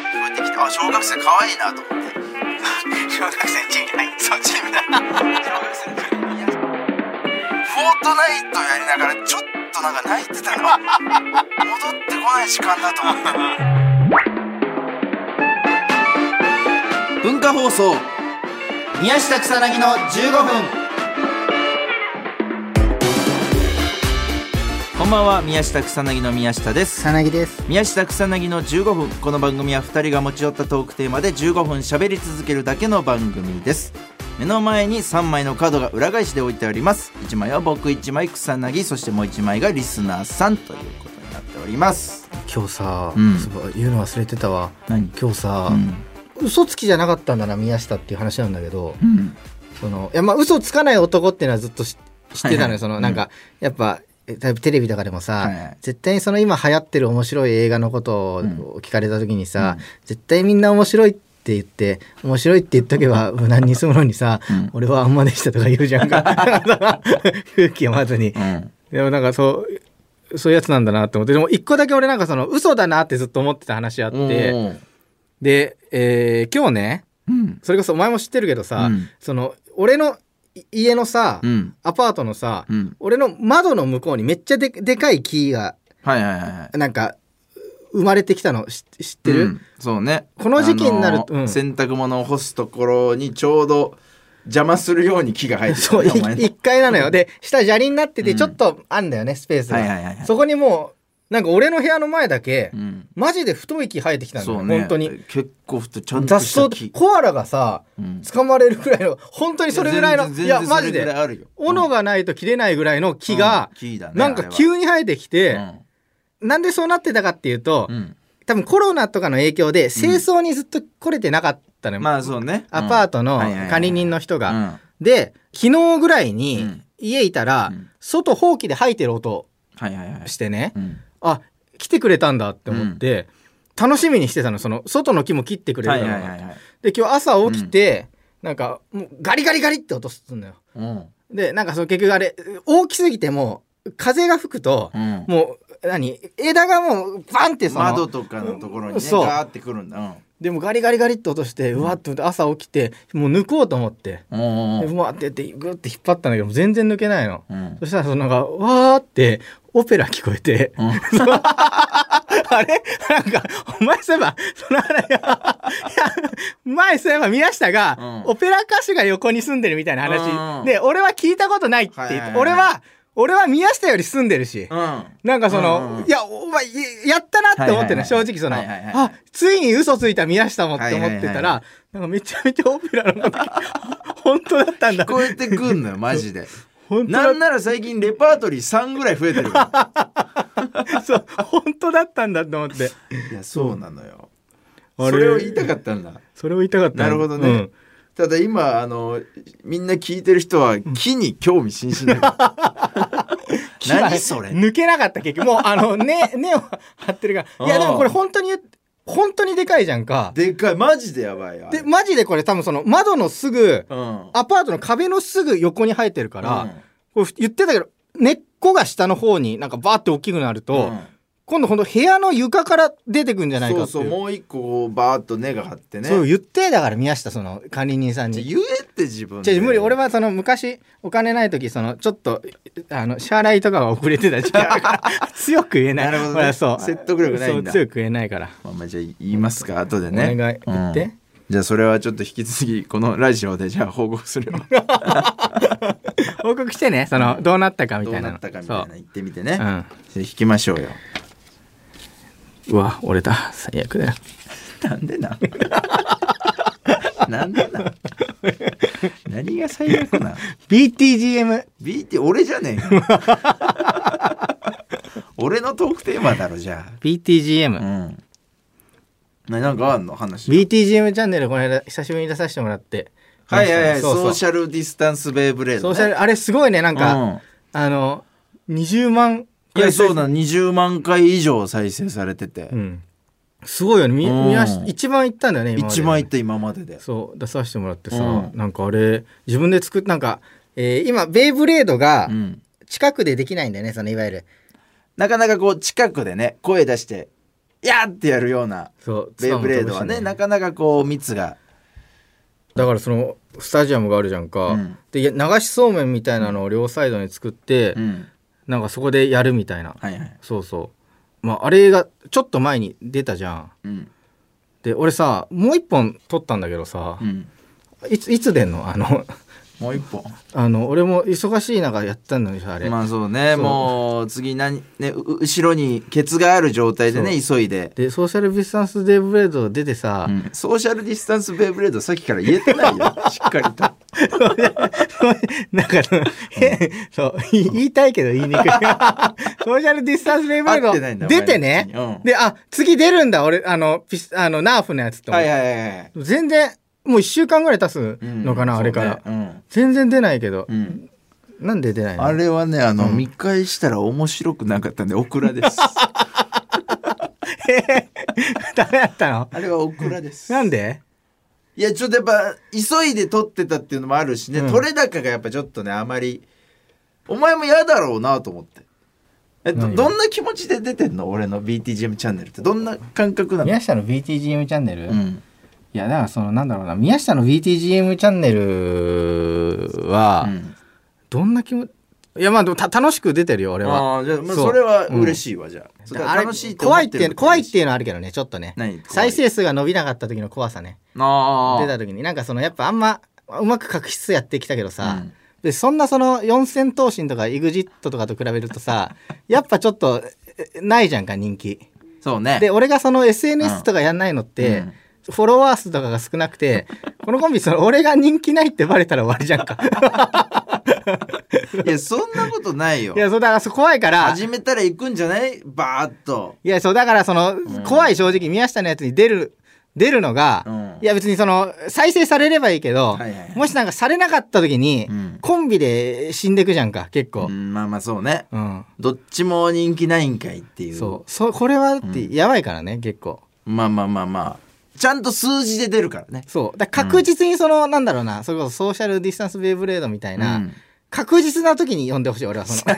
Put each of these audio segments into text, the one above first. あ小学生可愛いなと思って小学生チームじゃないそうチームだ小学生チームいやフォートナイトやりながらちょっとなんか泣いてたの戻ってこない時間だと思って文化放送宮下草薙の15分こんばんは宮下草薙の宮下です草薙です宮下草薙の15分この番組は2人が持ち寄ったトークテーマで15分喋り続けるだけの番組です目の前に3枚のカードが裏返しで置いてあります1枚は僕1枚草薙そしてもう1枚がリスナーさんということになっております今日さ、うんそういえば言うの忘れてたわ何今日さう、ん嘘つきじゃなかったんだな宮下っていう話なんだけどうんそのいやまあ嘘つかない男っていうのはずっとし知ってたのよ、はいはいそのなんか、やっぱえだいぶテレビとかでもさ、はいはい絶対にその今流行ってる面白い映画のことをうん聞かれた時にさ、絶対みんな面白いって言って面白いって言っとけば無難に済むのにさ、うん俺はあんまでしたとか言うじゃん か 空気読まずにう。んでもなんかそうそういうやつなんだなって思ってでも一個だけ俺なんかその嘘だなってずっと思ってた話あっうんて、 で、えー今日ねうんそれこそお前も知ってるけどさ、うんその俺のい家のさ、うんアパートのさ、うん俺の窓の向こうにめっちゃででかい木がはいはいはいはいなんか生まれてきたの知知ってる、うんそうねこの時期になるとあのうん洗濯物を干すところにちょうど邪魔するように木が生えてたそねうお前の1階なのよで下砂利になってうてんちょっとあんだよね、スペースが、はいはいはいはいそこにもうなんか俺の部屋の前だけ、うんマジで太い木生えてきたのそよ、うね本当に結構太いちゃんと雑した草木コアラがさうん捕まれるぐらいの本当にそれぐらいの全い然や全然マそれジぐらいであるよ斧がないと切れないぐらいの木がうん木だねなんかに急に生えてきてなんでそうなってたかっていうと多分コロナとかの影響で清掃にずっと来れてなかったのよまあそうねアパートのはいはいはい管理人の人が。がで昨日ぐらいうんに家いたらうん外ほうきで吐いてる音はいはいはいしてねうんあ来てくれたんだって思って楽しみにしてたのその外の木も切ってくれはいるはだいろうはなっいてはいで今日朝起きて、なんかもうガリガリガリって音するのようんでなんかその結局あれ大きすぎてもう風が吹くとう、んもう何枝がもうバンってその窓とかのところにねそうガーってくるんだうんでもガリガリガリって音してうわって思って朝起きてもう抜こうと思ってうんでうわってやってグッて引っ張ったんだけど全然抜けないのうんそしたらそのなんかわーってオペラ聞こえてうん あれなんか、お前そういえば、その話、いや前そういえば宮下が、うんオペラ歌手が横に住んでるみたいなうんう話、んで、俺は聞いたことないって言って、はいはいはい俺は、俺は宮下より住んでるし、うんなんかその、うんうんいや、お前、やったなって思ってね、はいはいはい正直その、はいはいはいあ、ついに嘘ついた宮下もって思ってたら、はいはいはなんかめちゃめちゃオペラのこと聞い、 本当だったんだ聞。こえてくんの よマジで本当だなっんなら最近レパートリー3ぐらい増えてるから た、 そう、本当だったんだって思って。いやそうなのよあれそれを言いたかったんだそれを言いたかったのなるほどね、うんただ今あのみんな聞いてる人は木に興味津々 だから何それ抜けなかった結局もうあの根根を張ってるからいやうんでもこれ本当に本当にでかいじゃんかでっかいマジでやばいよあれでマジでこれ多分その窓のすぐうんアパートの壁のすぐ横に生えてるから、これ言ってたけど根っこが下の方になんかバーって大きくなるうんと、今度ほんと部屋の床から出てくんじゃないそかうってそいううそうもう一個こうバーッと根が張ってね言ってだから宮下その管理人さんじゃに。言えって自分じでゃ無理俺はその昔お金ない時そのちょっとあの支払いとかが遅れて た時期あるから強く言えないなるほどね俺はそう説得力ないんだそう強く言えないからまあまあじゃあ言いますか後でねお願い言ってじゃあそれはちょっと引き続きこのラジオでじゃあ報告する よ報告してねそのどうなったかみどうたいななのったかみたいな言ってみてね、そううんじゃあ引きましょうようわ折れた最悪だよなんでなん なんでなん何が最悪なん BTGM ?BT 俺じゃね えよ俺のトークテーマだろじゃ BTGM、あうんななんかあんの話 BTGM チャンネルこの間久しぶりに出させてもらってはいはいはいそうそうソーシャルディスタンスベイブレードソね、ーシャルあれすごいねなんか、あの20万うん、いやそうだなの20万回以上再生されてて、うんすごいよねみうん見まし一番行ったんだよね今まで一番いった今まででそう出させてもらってさ、うんなんかあれ自分で作っなんか、えー今ベイブレードがうん近くでできないんだよねそのいわゆるなかなかこう近くでね声出して「やーってやるようなそうベイブレードはねなかなかこう密がだからそのスタジアムがあるじゃんか、うんでいや流しそうめんみたいなのを両サイドに作って、うんなんかそこでやるみたいな、はいはいそうそうまああれがちょっと前に出たじゃんうんで俺さもう一本撮ったんだけどさう、んいついつ出んのあのもう一本あの俺も忙しい中やったのにさあれ、まあそうねそうもう次何ねうう後ろにケツがある状態でね急いで、でソーシャルディスタンスデーブレードが出てさ、うんソーシャルディスタンスベイブレードさっきから言えてないよ しっかりと なんかその、そう言い言いたいけど言いにくい ソーシャルディスタンスデーブレ合ってないんーだド出てねお前の口にうんであ次出るんだ俺あのピスあのナーフのやつと思っはていはいはいはい全然もう1週間ぐらい経つうんのかな、そあうれねから、うん全然出ないけど、うんなんで出ないの あれはね、あの、うん見返したら面白くなかったんで、オクラ です。ダメだったのあれはオクラです。なんでいや、ちょっとやっぱ、急いで撮ってたっていうのもあるしね、うん撮れ高がやっぱちょっとね、あまり、お前も嫌だろうなと思って。えっと、何がどんな気持ちで出てんの俺の BTGM チャンネルって。どんな感覚なの宮下の BTGM チャンネル、ういん。やだからそのなんだろうな宮下の BTGM チャンネルは、うんどんな気持ちいやまあでもた楽しく出てるよ俺はああ、じゃあ、まあ、そうそれは嬉しいわ、じゃあ。それはあれ楽しいと思怖いっってているうこ怖といでっすていうのはあるけどねちょっとね何怖い再生数が伸びなかった時の怖さねああ。出た時になんかそのやっぱあんまうまく確執やってきたけどさ、うんでそんなその四千頭身とか EXIT とかと比べる とさやっぱちょっとえないじゃんか人気そうね。で俺がその SNS とかやんないのって、うんフォロワー数とかが少なくてこのコンビその俺が人気ないってバレたら終わりじゃ んかいや、そんなことないよい。やそうだからそう怖いから始めたら行くんじゃないバーっと。いやそうだからその、ん怖い正直宮下のやつに出る出るのが、うんいや別にその再生されればいいけど、はいはいはいもしなんかされなかった時に、うんコンビで死んでくじゃんか結構、うんまあまあそうね。うん、どっちも人気ないんかいっていう。そうそこれはだってやばいからね、結構まあまあまあまあ。ちゃんと数字で出るからね。そうだから確実にその、なんだろうなそれこそソーシャルディスタンスベイブレードみたいな、うん確実な時に呼んでほしい俺はそ の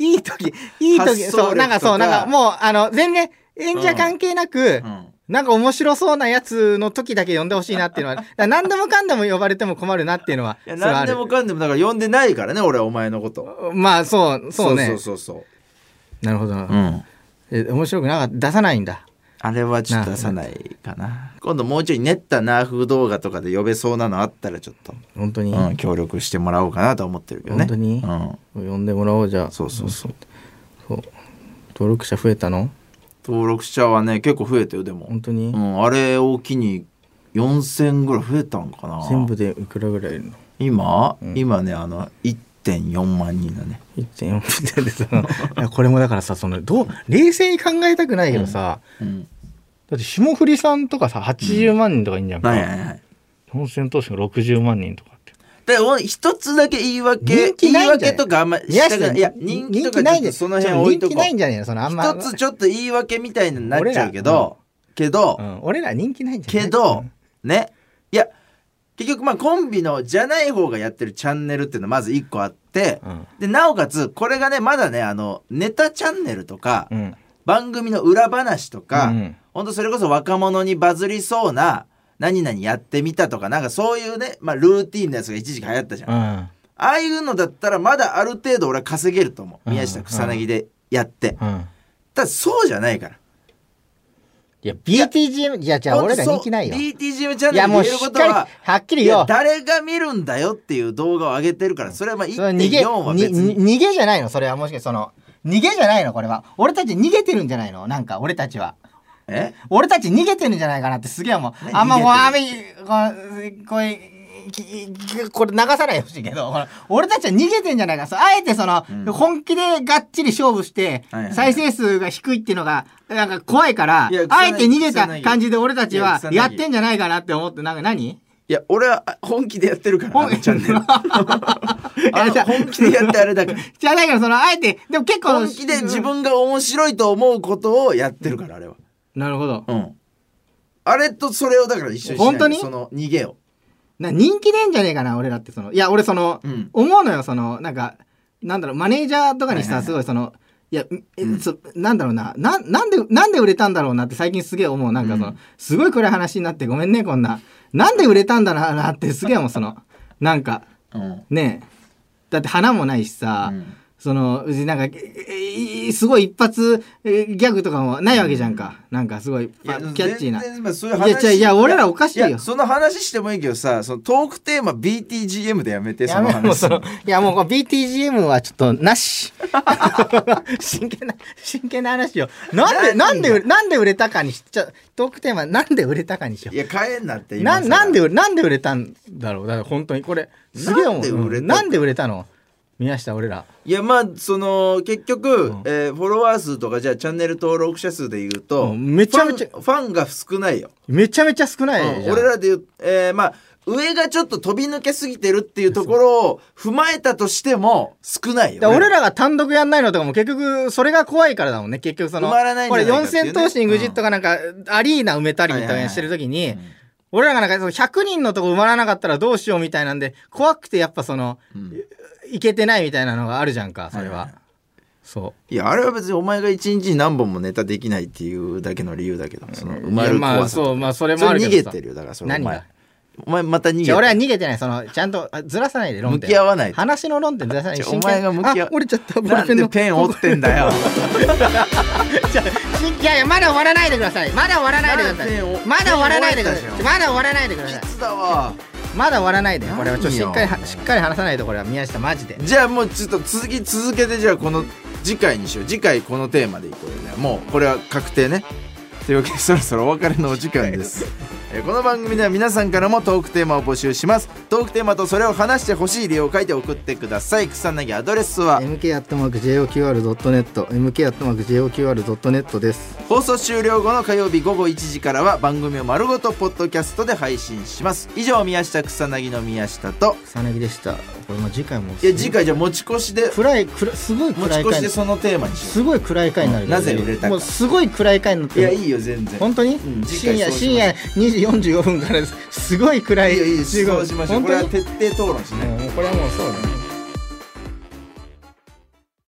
いい時いい発時想そ力うなんかとそかうなんかもうあの全然演者関係なく、うんなんか面白そうなやつの時だけ呼んでほしいなっていうのはだから何でもかんでも呼ばれても困るなっていうのはいやそれはあ何でるもかんでもだから呼んでないからね俺はお前のことまあそうそうねそうそうそうなるほどな、そううんえ面白くなかった出さないんだあれはちょっと出さないかな今度もうちょい練ったナーフ動画とかで呼べそうなのあったらちょっと、本当に、うん、協力してもらおうかなと思ってるけどね本当にうん、呼んでもらおうじゃあそうそうそうそう登録者増えたの登録者はね結構増えたよでも本当に、うん、あれを機に4000ぐらい増えたんかな全部でいくらぐらいいるの今、ん今ねあの1.4万人だね1.4分でそのいやこれもだからさそのどう冷静に考えたくないけどさ、うんだって霜降りさんとかさ80万人とかいんじゃんか、はいはいはい四千頭身が60万人とかってでお一つだけ言い訳人気ないんじゃ言い訳ないとかあんま宮したく下ないいや人気とかなちょっいんじゃとその辺置いとちこょっ人気ないんうじゃねえのそのあんま一つちょっと言い訳みたいになっちゃうけど、けど、うん、俺ら人気ないんじゃないけど、ねいや結局まあコンビのじゃない方がやってるチャンネルっていうのまず一個あって、うんでなおかつこれがねまだねあのネタチャンネルとか、うん番組の裏話とか、うんほんとそれこそ若者にバズりそうな何々やってみたとかなんかそういうね、まあ、ルーティンのやつが一時期流行ったじゃん、うあんあいうのだったらまだある程度俺は稼げると思ううん宮下草薙でやって、うんただそうじゃないからいや BTGM いやじゃあ俺ら人気ないよほんいとそう BTGM チャンネやルでもう言えるしこっとかりははっきりいやよ誰が見るんだよっていう動画を上げてるからそれはまあそれは逃げ1.4は別ににに逃げじゃないのそれはもしかしてその逃げじゃないのこれは俺たち逃げてるんじゃないのなんか俺たちはえ俺たち逃げてるんじゃないかなってすげえもうねあんまこう逃あんまりこうこうききこれ流さないでほしいけどこれ俺たちは逃げてんじゃないかそうあえてその、うん本気でがっちり勝負して、はいはい再生数が低いっていうのがなんか怖いからいやあえて逃げ草た薙感じで俺たちはいや草薙やってんじゃないかなって思ってなんか何いや俺は本気でやってる からあのチャンネ ルあのいや本気でやってあれだ からじゃないからそのあえてでも結構本気で自分が面白いと思うことをやってるからあれはなるほどうんあれとそれをだから一緒にしない本当にその逃げをな人気ねえんじゃねえかな俺らってそのいや俺その、うん思うのよそのなんかなんだろうマネージャーとかにはさいはいはいすごいその、いいや、えそなんだろうなな、なんで、なんで売れたんだろうなって最近すげえ思う。なんかその、うんすごい暗い話になってごめんね、こんな。なんで売れたんだろうなってすげえ思う、その、なんか、うんねえ。だって花もないしさ、うんその、別になんか、ええすごい一発えギャグとかもないわけじゃんか。なんかすごい、いキやャッチーな。全然まあそういういや違ういや俺らおかしいよやその話してもいいけどさ、そのトークテーマ BTGM でやめて、そのやめろもう話。そのいやもうこの BTGM はちょっとなし真剣な真剣な話をなんでなんでなんで売れたかにしちゃトークテーマなんで売れたかにしよいや、変えんなってう今な更なんで売れなんで売れたんだろうだから本当にこれすげえ思なうんで売れたうんなんで売れたの宮下俺らいや、まあ、その、結局、うんえーフォロワー数とか、じゃあチャンネル登録者数で言うと、うんめちゃめちゃファンファンが少ないよ。めちゃめちゃ少ないじうゃんん俺らで言う、えーまあ、上がちょっと飛び抜けすぎてるっていうところを踏まえたとしても少ないよ、だから俺らが単独やんないのとかも結局それが怖いからだもんね結局その埋まらないんじこゃなれいかっていうね4,000投資にグジットがなんかアリーナ埋めたりみたいなのしてる時に俺らがなんかその100人のとこ埋まらなかったらどうしようみたいなんで怖くてやっぱそのうんいけてないみたいなのがあるじゃんかそれは、はいはいそいやあれは別にお前が一日に何本もネタできないっていうだけの理由だけどそのう埋まるいやま怖あさとそうまあそれそもあるれけ逃どさげてるよだからそれお何前がお前また逃げてじゃある俺は逃げてないそのちゃんとあずらさないで論点向き合わないと話の論点ずらさないちでょお前が向き合あ折れちゃったなんでペン折ってんだ よ真剣いやいやまだ終わらないでくださいまだ終わらないでくださいなんでまだ終わらないでくださいペン折ったじゃんまだ終わらないでくださいきつだわまだ終わらないでこれはちょっとしっかり何はよしっかり話さないとこれは宮下マジでじゃあもうちょっと続き続けてじゃあこの次回にしよう次回このテーマでいこうよねもうこれは確定ねというわけでそろそろお別れのお時間です えーこの番組では皆さんからもトークテーマを募集しますトークテーマとそれを話してほしい理由を書いて送ってください草薙アドレスは mk.joqr.net mk.joqr.net です放送終了後の火曜日午後1時からは番組を丸ごとポッドキャストで配信します以上宮下草薙の宮下と草薙でしたこれもう次回もいや次回じゃあ持ち越しで暗い暗いすごい持暗ちい越し回でそのテーマにしよすごい暗い回になるけどなぜ売れたかもうすごい暗い回になっういやてるいいよ全然本当に、うん次深回夜そうしましょう深夜2時45分からですすごい暗いいいよいいよそうしましょう本これ当はに徹底討論しね、うんこれはもうそうだね